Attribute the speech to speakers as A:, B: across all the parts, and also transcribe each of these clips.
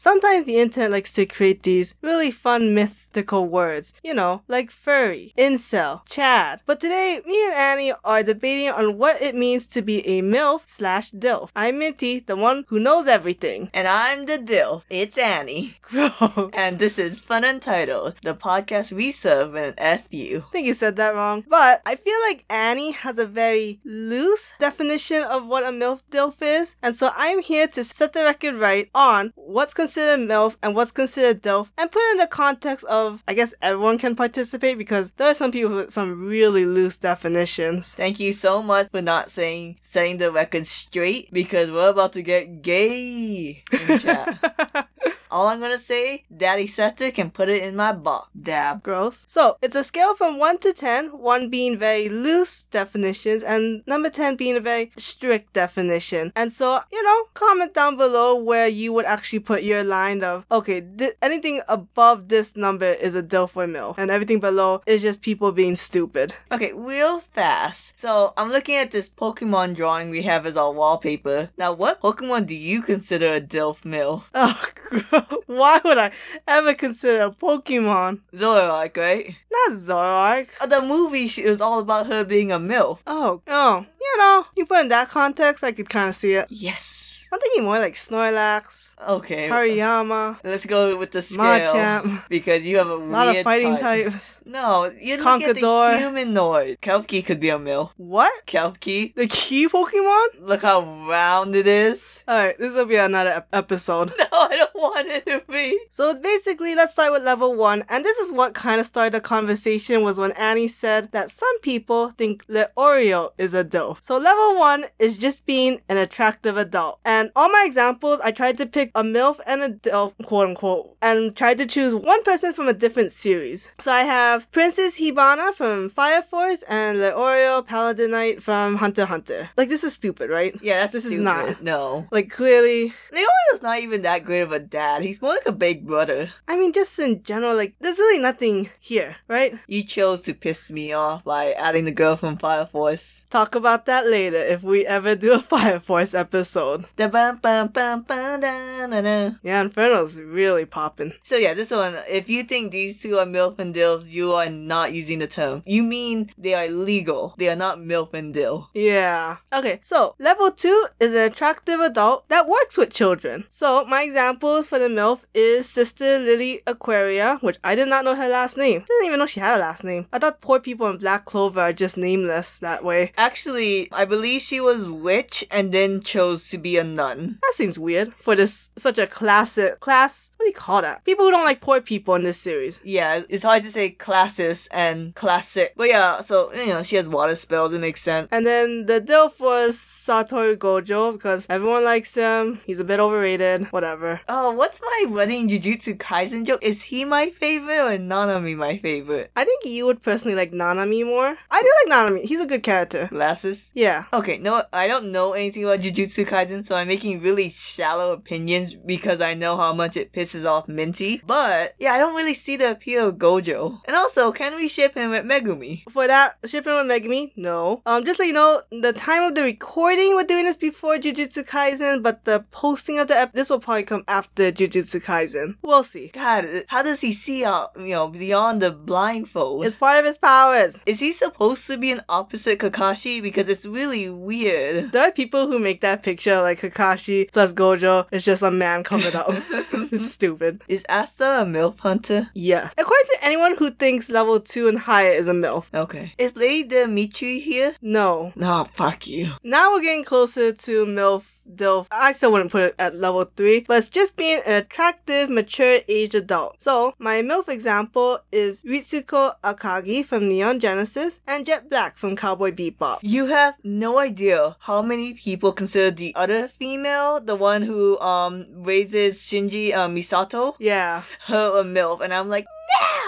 A: Sometimes the internet likes to create these really fun mystical words, you know, like furry, incel, chad. But today, me and Annie are debating on what it means to be a MILF slash DILF. I'm Minty, the one who knows everything.
B: And I'm the Dill. It's Annie.
A: Gross.
B: And this is Fun Untitled, the podcast we serve an FU.
A: I think you said that wrong. But I feel like Annie has a very loose definition of what a MILF DILF is. And so I'm here to set the record right on what's considered MILF and what's considered DILF and put it in the context of, I guess everyone can participate because there are some people with some really loose definitions.
B: Thank you so much for not saying setting the record straight because we're about to get gay in the chat. All I'm gonna say, Daddy sets it and put it in my box. Dab.
A: Gross. So it's a scale from 1 to 10, 1 being very loose definitions, and number 10 being a very strict definition. And so, you know, comment down below where you would actually put your line of, okay, th- anything above this number is a DILF or MILF, and everything below is just people being stupid.
B: Okay, real fast. So I'm looking at this Pokemon drawing we have as our wallpaper. Now, what Pokemon do you consider a Dilf Mill?
A: Oh, why would I ever consider a Pokemon?
B: Zoroark, right?
A: Not Zoroark.
B: Uh, The movie she, it was all about her being a Mill.
A: Oh, oh, you know, you put in that context, I could kind of see it.
B: Yes.
A: I'm thinking more like Snorlax,
B: Okay.
A: Hariyama,
B: Let's go with the scale
A: Machamp,
B: because you have a
A: a lot
B: weird
A: of fighting
B: type.
A: types.
B: No, you look at the
A: Conquador.
B: humanoid. Kelpie could be a mill.
A: What?
B: Kelpie,
A: The key Pokemon?
B: look how round it is.
A: Alright, this will be another ep- episode.
B: No, I don't want it to be.
A: So basically, let's start with level one, and this is what kind of started the conversation was when Annie said that some people think that Oreo is a dope. So level one is just being an attractive adult, and all my examples, I tried to pick a milf and a dope, quote unquote, and tried to choose one person from a different series. So I have Princess Hibana from Fire Force and the Oreo Paladinite from Hunter x Hunter. Like this is stupid, right?
B: Yeah, that's
A: This is
B: stupid.
A: not-
B: No.
A: Like clearly,
B: Leorio's not even that great of a dad. He's more like a big brother.
A: I mean, just in general, like, there's really nothing here, right?
B: You chose to piss me off by adding the girl from Fire Force.
A: Talk about that later if we ever do a Fire Force episode.
B: Da bum bum bum bum da na na.
A: Yeah, Inferno's really popping.
B: So yeah, this one. If you think these two are milf and dilfs, you are not using the term. You mean they are legal. They are not milf and dill.
A: Yeah. Okay, so level two is an attractive adult that works with children. So my examples for the MILF is Sister Lily Aquaria, which I did not know her last name. Didn't even know she had a last name. I thought poor people in Black Clover are just nameless that way.
B: Actually, I believe she was witch and then chose to be a nun.
A: That seems weird for this such a classic class. What do you call that? People who don't like poor people in this series.
B: Yeah, it's hard to say classes and classic. But yeah, so you know, she has water spells. It makes sense.
A: And then the deal for Satoru Gojo because everyone likes him. He's a bit overrated. Whatever.
B: Oh, what's my running Jujutsu Kaisen joke? Is he my favorite or Nanami my favorite?
A: I think you would personally like Nanami more. I do like Nanami. He's a good character.
B: Glasses.
A: Yeah.
B: Okay, no, I don't know anything about Jujutsu Kaisen, so I'm making really shallow opinions because I know how much it pisses off Minty. But yeah, I don't really see the appeal of Gojo. And also, can we ship him with Megumi?
A: For that, shipping with Megumi? No. Um, just so you know, the time of the recording, we're doing this before Jujutsu Kaisen, but the posting of the ep, this will probably come after Jujutsu Kaisen. We'll see.
B: God, how does he see out, you know, beyond the blindfold?
A: It's part of his powers.
B: Is he supposed to be an opposite Kakashi? Because it's really weird.
A: There are people who make that picture like Kakashi plus Gojo. It's just a man covered up. it's stupid.
B: Is Asta a milf hunter?
A: Yes. According to anyone who thinks level two and higher is a MILF.
B: Okay. Is Lady Dimitri here?
A: No.
B: Nah, fuck you.
A: Now we're getting closer to MILF, DILF. I still wouldn't put it at level three, but it's just being an attractive, mature age adult. So, my MILF example is Ritsuko Akagi from Neon Genesis and Jet Black from Cowboy Bebop.
B: You have no idea how many people consider the other female, the one who um raises Shinji uh, Misato,
A: Yeah.
B: her a MILF, and I'm like,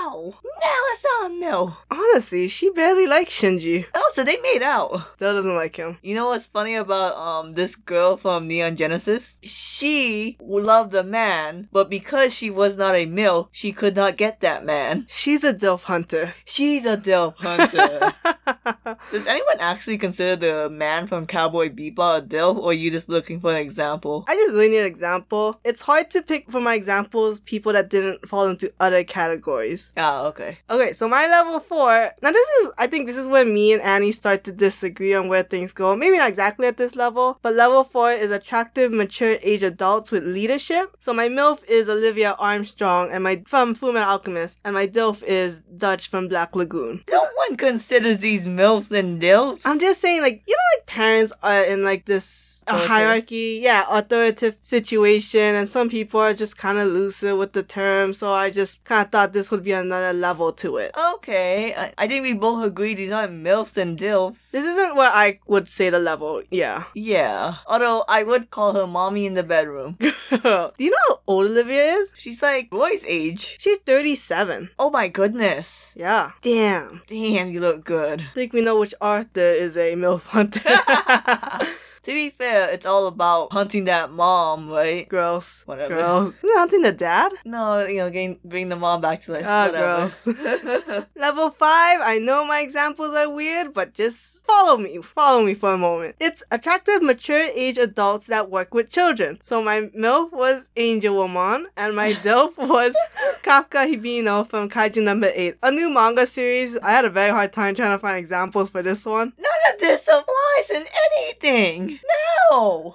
B: no, now it's on no.
A: Honestly, she barely likes Shinji.
B: Also, they made out.
A: Still doesn't like him.
B: You know what's funny about um this girl from Neon Genesis? She loved a man, but because she was not a male, she could not get that man.
A: She's a Delph hunter.
B: She's a Delph hunter. Does anyone actually consider the man from Cowboy Bebop a Delph, or are you just looking for an example?
A: I just really need an example. It's hard to pick for my examples people that didn't fall into other categories.
B: Ah, okay.
A: Okay, so my level four. Now this is, I think this is where me and Annie start to disagree on where things go. Maybe not exactly at this level, but level four is attractive, mature age adults with leadership. So my MILF is Olivia Armstrong, and my from Fullmetal Alchemist, and my DILF is Dutch from Black Lagoon.
B: No one considers these MILFs and DILFs.
A: I'm just saying, like you know, like parents are in like this. A
B: Authoritative.
A: hierarchy, yeah, authoritative situation, and some people are just kind of looser with the term. So I just kind of thought this would be another level to it.
B: Okay, I, I think we both agree these aren't MILFs and DILFs.
A: This isn't where I would say the level, yeah.
B: Yeah. Although I would call her mommy in the bedroom.
A: Do you know how old Olivia is?
B: She's like Roy's age.
A: She's 37.
B: Oh my goodness.
A: Yeah. Damn.
B: Damn, you look good.
A: I think we know which Arthur is a MILF hunter.
B: To be fair, it's all about hunting that mom, right?
A: gross.
B: Whatever.
A: Gross. Isn't that hunting the dad?
B: No, you know, gain, bring the mom back to life.
A: Ah,
B: Whatever.
A: Level 5, I know my examples are weird, but just follow me. Follow me for a moment. It's attractive, mature age adults that work with children. So my MILF was Angel Woman, and my DILF was Kafka Hibino from Kaiju number 8. A new manga series. I had a very hard time trying to find examples for this one.
B: None of this applies in anything. No,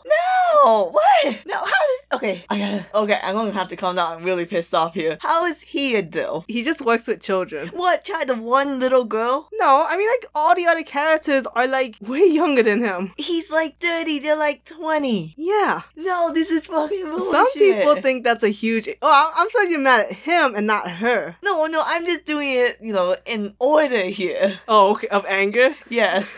B: no. What? No. How does? Okay, I gotta. Okay, I'm gonna have to calm down. I'm really pissed off here. How is he a dill?
A: He just works with children.
B: What? Try the one little girl.
A: No, I mean, like, all the other characters are, like, way younger than him.
B: He's like 30. They're like 20.
A: Yeah.
B: No, this is fucking bullshit.
A: Some people think that's a huge. Oh, I- I'm sorry you're mad at him and not her.
B: No, no. I'm just doing it, you know, in order here.
A: Oh, okay. Of anger?
B: Yes.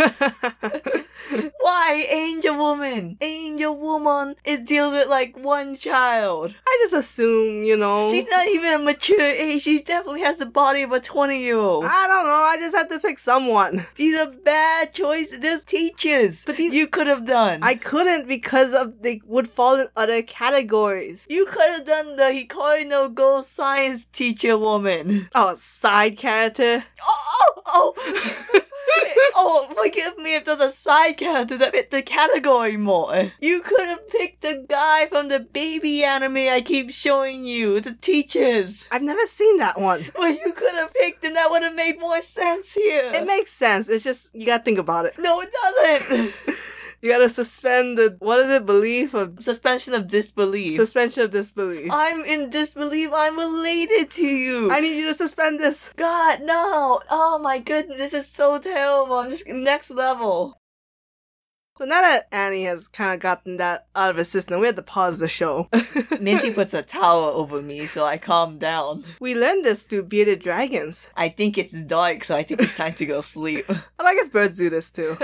B: Why angel woman? Angel woman. It deals with like one child.
A: I just assume, you know.
B: She's not even a mature age. She definitely has the body of a 20 year old.
A: I don't know. I just had to pick someone.
B: These are bad choices. There's teachers
A: But these-
B: you could have done.
A: I couldn't because of they would fall in other categories.
B: you could have done the Hikari no Go science teacher woman.
A: Oh, side character.
B: Oh, oh, oh. oh, forgive me if there's a side character that fit the category more. You could have picked the guy from the baby anime I keep showing you, the teachers.
A: I've never seen that one.
B: Well, you could have picked him. That would have made more sense here.
A: It makes sense. It's just you gotta think about it.
B: no, it doesn't.
A: You gotta suspend the what is it? Belief of
B: suspension of disbelief.
A: suspension of disbelief.
B: I'm in disbelief. I'm related to you.
A: I need you to suspend this.
B: God, no. Oh my goodness, this is so terrible. I'm just next level.
A: So now that Annie has kind of gotten that out of her system, we had to pause the show.
B: Minty puts a towel over me, so I calm down.
A: we learned this through bearded dragons.
B: I think it's dark, so I think it's time to go sleep.
A: Well, I guess birds do this too.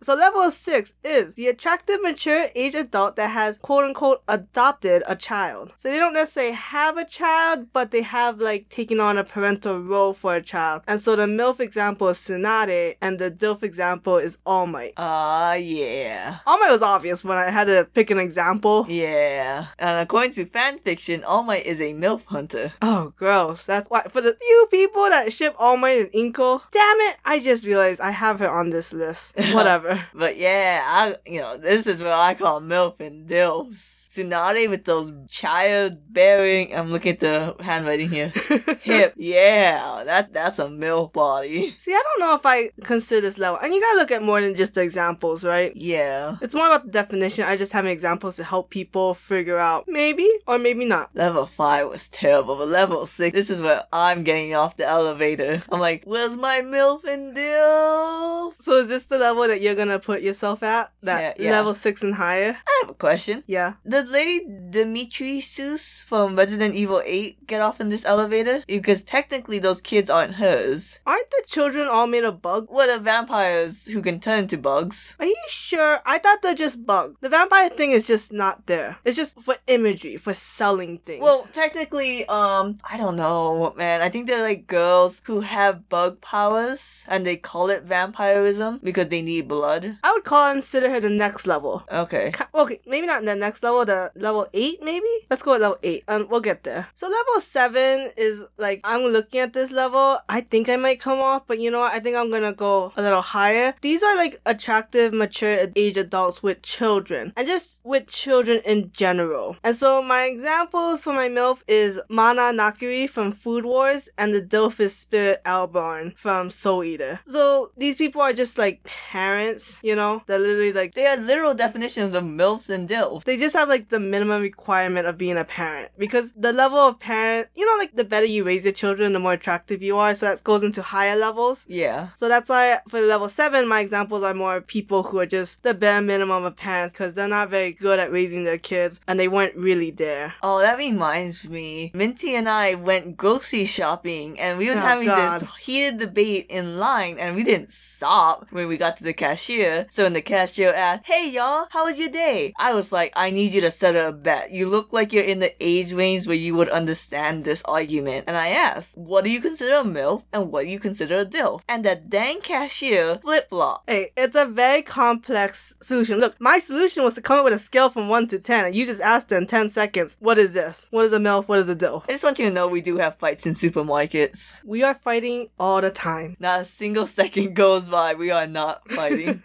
A: So level six is the attractive, mature age adult that has quote unquote adopted a child. So they don't necessarily have a child, but they have like taken on a parental role for a child. And so the MILF example is Tsunade, and the DILF example is All Might.
B: Ah, yeah.
A: All Might was obvious when I had to pick an example.
B: Yeah. And according to fanfiction, All Might is a MILF hunter.
A: Oh, gross. That's why, for the few people that ship All Might and Inko, damn it, I just realized I have her on this list. Whatever.
B: But yeah, I you know this is what I call milf and dilfs. Tsunade with those childbearing. I'm looking at the handwriting here. Hip, yeah, that that's a milf body.
A: See, I don't know if I consider this level. And you gotta look at more than just the examples, right?
B: Yeah,
A: It's more about the definition. I just having examples to help people figure out maybe or maybe not.
B: level five was terrible, but level six, this is where I'm getting off the elevator. I'm like, where's my milf and dilf?
A: So is this the level that you're gonna put yourself at? That
B: Yeah, yeah.
A: level six and higher?
B: I have a question.
A: Yeah.
B: Does Did Lady Dimitri Seuss from Resident Evil 8 get off in this elevator? Because technically those kids aren't hers.
A: Aren't the children all made of bugs?
B: What are vampires who can turn into bugs?
A: Are you sure? I thought they're just bugs. The vampire thing is just not there. It's just for imagery, for selling things.
B: Well, technically, um, I don't know, man. I think they're like girls who have bug powers and they call it vampirism because they need blood.
A: I would call consider her the next level.
B: Okay.
A: Ki- Okay, maybe not the next level, the level eight, maybe? Let's go with level eight. Um, we'll get there. So level seven is like I'm looking at this level. I think I might come off, but you know what? I think I'm gonna go a little higher. These are like attractive, mature age adults with children. And just with children in general. And so my examples for my MILF is Mana Nakiri from Food Wars and the Delphus Spirit Albarn from Soul Eater. So these people are just like parents, you know? They're literally like
B: They are literal definitions of MILFs and DILFs.
A: they just have like the minimum requirement of being a parent because the level of parent, you know, like the better you raise your children, the more attractive you are. So that goes into higher levels.
B: Yeah.
A: So that's why for level seven, my examples are more people who are just the bare minimum of parents because they're not very good at raising their kids and they weren't really there.
B: Oh, that reminds me. Minty and I went grocery shopping and we was
A: Oh,
B: having
A: God.
B: this heated debate in line and we didn't stop when we got to the cashier. So when the cashier asked, Hey y'all, how was your day? I was like, I need you to settle a bet. You look like you're in the age range where you would understand this argument. And I asked, What do you consider a MILF and what do you consider a DILF? And that dang cashier flip flop.
A: Hey, it's a very complex solution. Look, my solution was to come up with a scale from one to 10 and you just asked in 10 seconds, what is this? What is a MILF? What is a DILF?
B: I just want you to know we do have fights in supermarkets.
A: We are fighting all the time.
B: Not a single second goes by we are not fighting.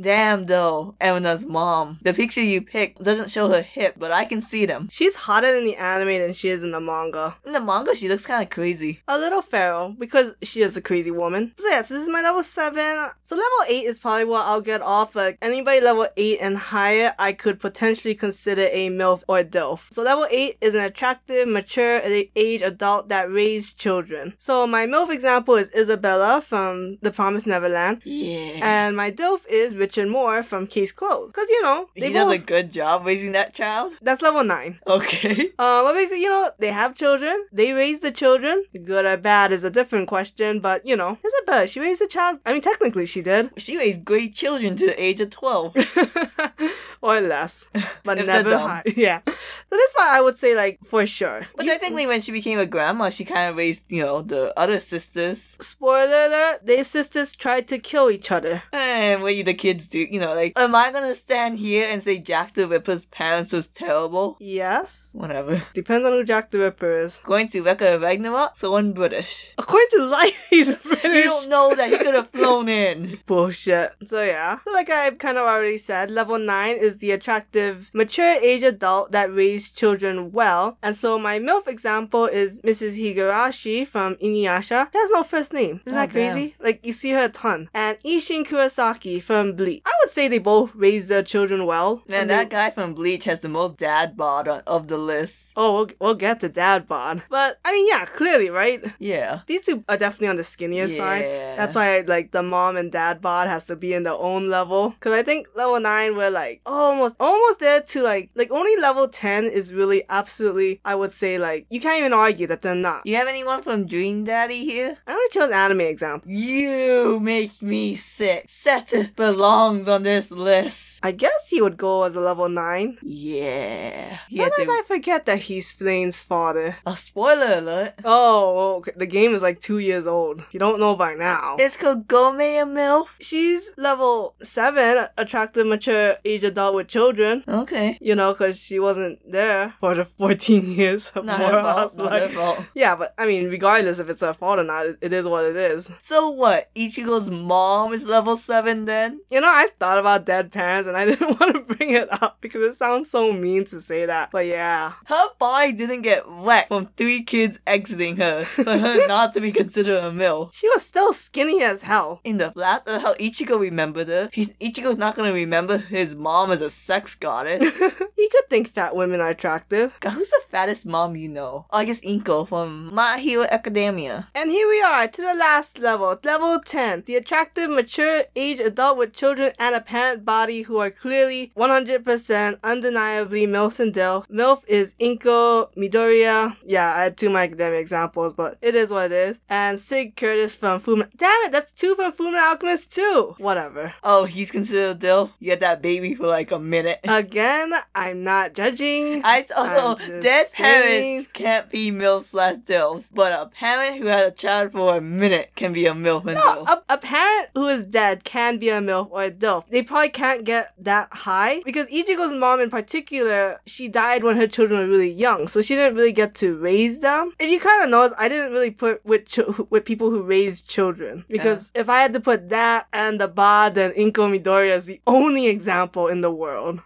B: Damn though, Elena's mom. The picture you picked doesn't show her hip, but I can see them.
A: She's hotter in the anime than she is in the manga.
B: In the manga, she looks kind of crazy.
A: A little feral because she is a crazy woman. So yes, this is my level seven. So level eight is probably what I'll get off. Like anybody level eight and higher, I could potentially consider a milf or dilf. So level eight is an attractive, mature a- age adult that raised children. So my milf example is Isabella from The Promised Neverland,
B: Yeah.
A: and my dilf is Richard Moore from Case Closed. Cause you know they
B: he does
A: both.
B: a good job raising that child.
A: that's level nine.
B: Okay.
A: Um, but basically, you know, they have children. They raise the children. Good or bad is a different question, but you know, Isabella, she raised a child. I mean, technically, she did,
B: She raised great children to the age of 12.
A: or less, but
B: If they're
A: never
B: dumb.
A: high. Yeah. So that's why I would say, like, for sure.
B: But
A: You-
B: technically, when she became a grandma, she kind of raised, you know, the other sisters.
A: spoiler alert: their sisters tried to kill each other.
B: And what you the kids do, you know, like, am I gonna stand here and say Jack the Ripper's parents was terrible?
A: Yes.
B: Whatever.
A: Depends on who Jack the Ripper is.
B: Going to Record of Ragnarok, someone British.
A: According to life, he's British.
B: You don't know that he could have flown in.
A: Bullshit. So yeah. So like I kind of already said, level nine is the attractive, mature age adult that raised children well. And so my MILF example is Mrs. Higurashi from Inuyasha. She has no first name. Isn't
B: Oh,
A: that crazy? Like you see her a ton. And Ishin Kurosaki from Bleach. I would say they both raised their children well.
B: Man,
A: And
B: that
A: they-
B: guy from Bleach has the most dad bod on, of the list.
A: Oh, we'll, we'll get to dad bod. But I mean, yeah, clearly, right?
B: Yeah.
A: These two are definitely on the skinnier side.
B: Yeah.
A: That's why like the mom and dad bod has to be in their own level. Cause I think level nine we're like almost almost there to like like only level ten is really absolutely I would say like you can't even argue that they're not.
B: You have anyone from Dream Daddy here?
A: I only chose anime example.
B: You make me sick. Seth belongs on this list.
A: I guess he would go as a level nine.
B: Yeah. He had
A: Sometimes
B: to-
A: I forget that he's Flame's father.
B: A spoiler alert.
A: Oh, okay. the game is like two years old. You don't know by now.
B: It's called Gome and MILF.
A: She's level seven, attractive, mature, age adult with children.
B: Okay.
A: you know, because she wasn't there for the 14 years of
B: Not
A: more
B: her
A: or less,
B: fault. Not her
A: like-
B: fault.
A: yeah, but I mean, regardless if it's her fault or not, it, it is what it is.
B: So what? Ichigo's mom is level seven then?
A: You know, I've thought about dead parents and I didn't want to bring it up because it sounds so mean to say that. But yeah,
B: Her body didn't get wet from three kids exiting her for her not to be considered a mill.
A: she was still skinny as hell.
B: uh, In the flat, that's how Ichigo remembered her. He's, Ichigo's not gonna remember his mom as a sex goddess.
A: you could think fat women are attractive.
B: God, who's the fattest mom you know? Oh, I guess Inko from My Hero Academia.
A: And here we are to the last level, level 10. The attractive, mature age adult with children and a parent body who are clearly 100% undeniably MILFs and DILF. MILF is Inko, Midoriya. Yeah, I had two of my academic examples, but it is what it is. And Sig Curtis from Fullmetal. Damn it, that's two from Fullmetal Alchemist too. Whatever.
B: Oh, he's considered a dill. You had that baby for like a minute.
A: Again, I'm not judging.
B: I also
A: Uh, I'm just
B: dead
A: saying.
B: parents can't be milfs slash dills, but a parent who had a child for a minute can be a milf and
A: No,
B: dill.
A: a, a parent who is dead can be a MILF or a DILF. They probably can't get that high because Ichigo's mom, in particular, she died when her children were really young, so she didn't really get to raise them. If you kind of notice, I didn't really put with ch- with people who raise children because if I had to put that and the Ba, then Inko Midoriya is the only example in the world.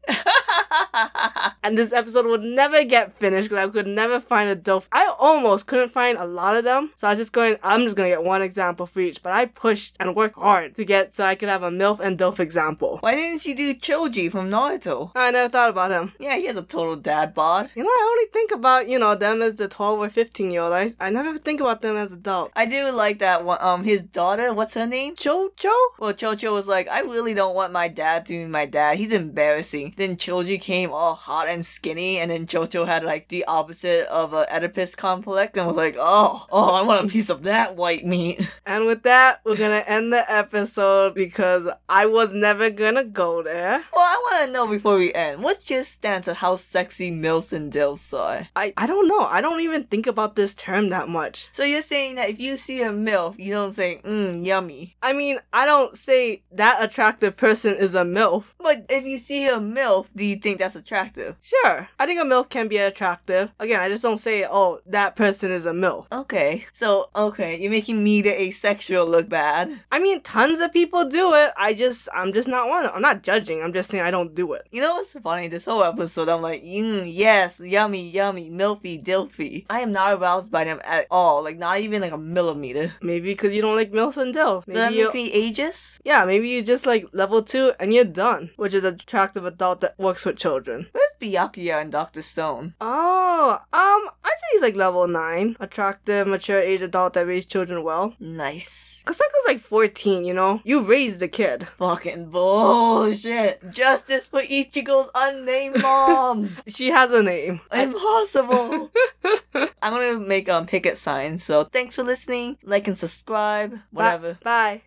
A: And this episode would never get finished because I could never find a DILF. I almost couldn't find a lot of them. So I was just going, I'm just going to get one example for each. But I pushed and worked hard to get so I could have a MILF and DILF example.
B: Why didn't she do Choji from Naruto?
A: I never thought about them.
B: Yeah, he has a total dad bod.
A: You know, I only think about, you know, them as the 12 or 15 year old. I, I never think about them as adult.
B: I do like that one. Um, his daughter, what's her name?
A: Jojo?
B: Well, Chocho was like, I really don't want my dad to be my dad. He's embarrassing. Then Choji came all hot and skinny, and then Chocho had like the opposite of a Oedipus complex and was like, oh, oh, I want a piece of that white meat.
A: And with that, we're going to end the episode because I was never going to go there.
B: Well, I want to know before we end, what's your stance of how sexy MILFs and DILFs are?
A: I, I don't know. I don't even think about this term that much.
B: So you're saying that if you see a MILF, you don't say, mmm, yummy.
A: I mean, I don't say that attractive person is a MILF.
B: But if you see a MILF, do you think that's attractive?
A: Sure. I think a MILF can be attractive. Again, I just don't say, oh, that person is a MILF.
B: Okay, so, okay, you're making me the asexual look bad.
A: I mean, tons of people do it. I just, I'm just not one. I'm not judging. I'm just saying I don't do it.
B: You know what's funny? This whole episode, I'm like, mm, yes, yummy, yummy, milfy, dilfy. I am not aroused by them at all, like not even like a millimeter.
A: Maybe because you don't like MILFs and DILF.
B: Does that
A: Maybe
B: make
A: you,
B: me ageist?
A: yeah, maybe you just like level two and you're done, which is attractive adult that works with children.
B: Where's Byakuya and Dr. Stone?
A: Oh, um, I'd say he's like level nine. Attractive, mature age adult that raised children well.
B: Nice.
A: Cause Psycho's like 14, you know? You raised the kid.
B: Fucking bullshit. Justice for Ichigo's unnamed mom.
A: She has a name.
B: Impossible. I'm gonna make um picket signs. So thanks for listening. Like and subscribe.
A: Bye-
B: Whatever.
A: Bye.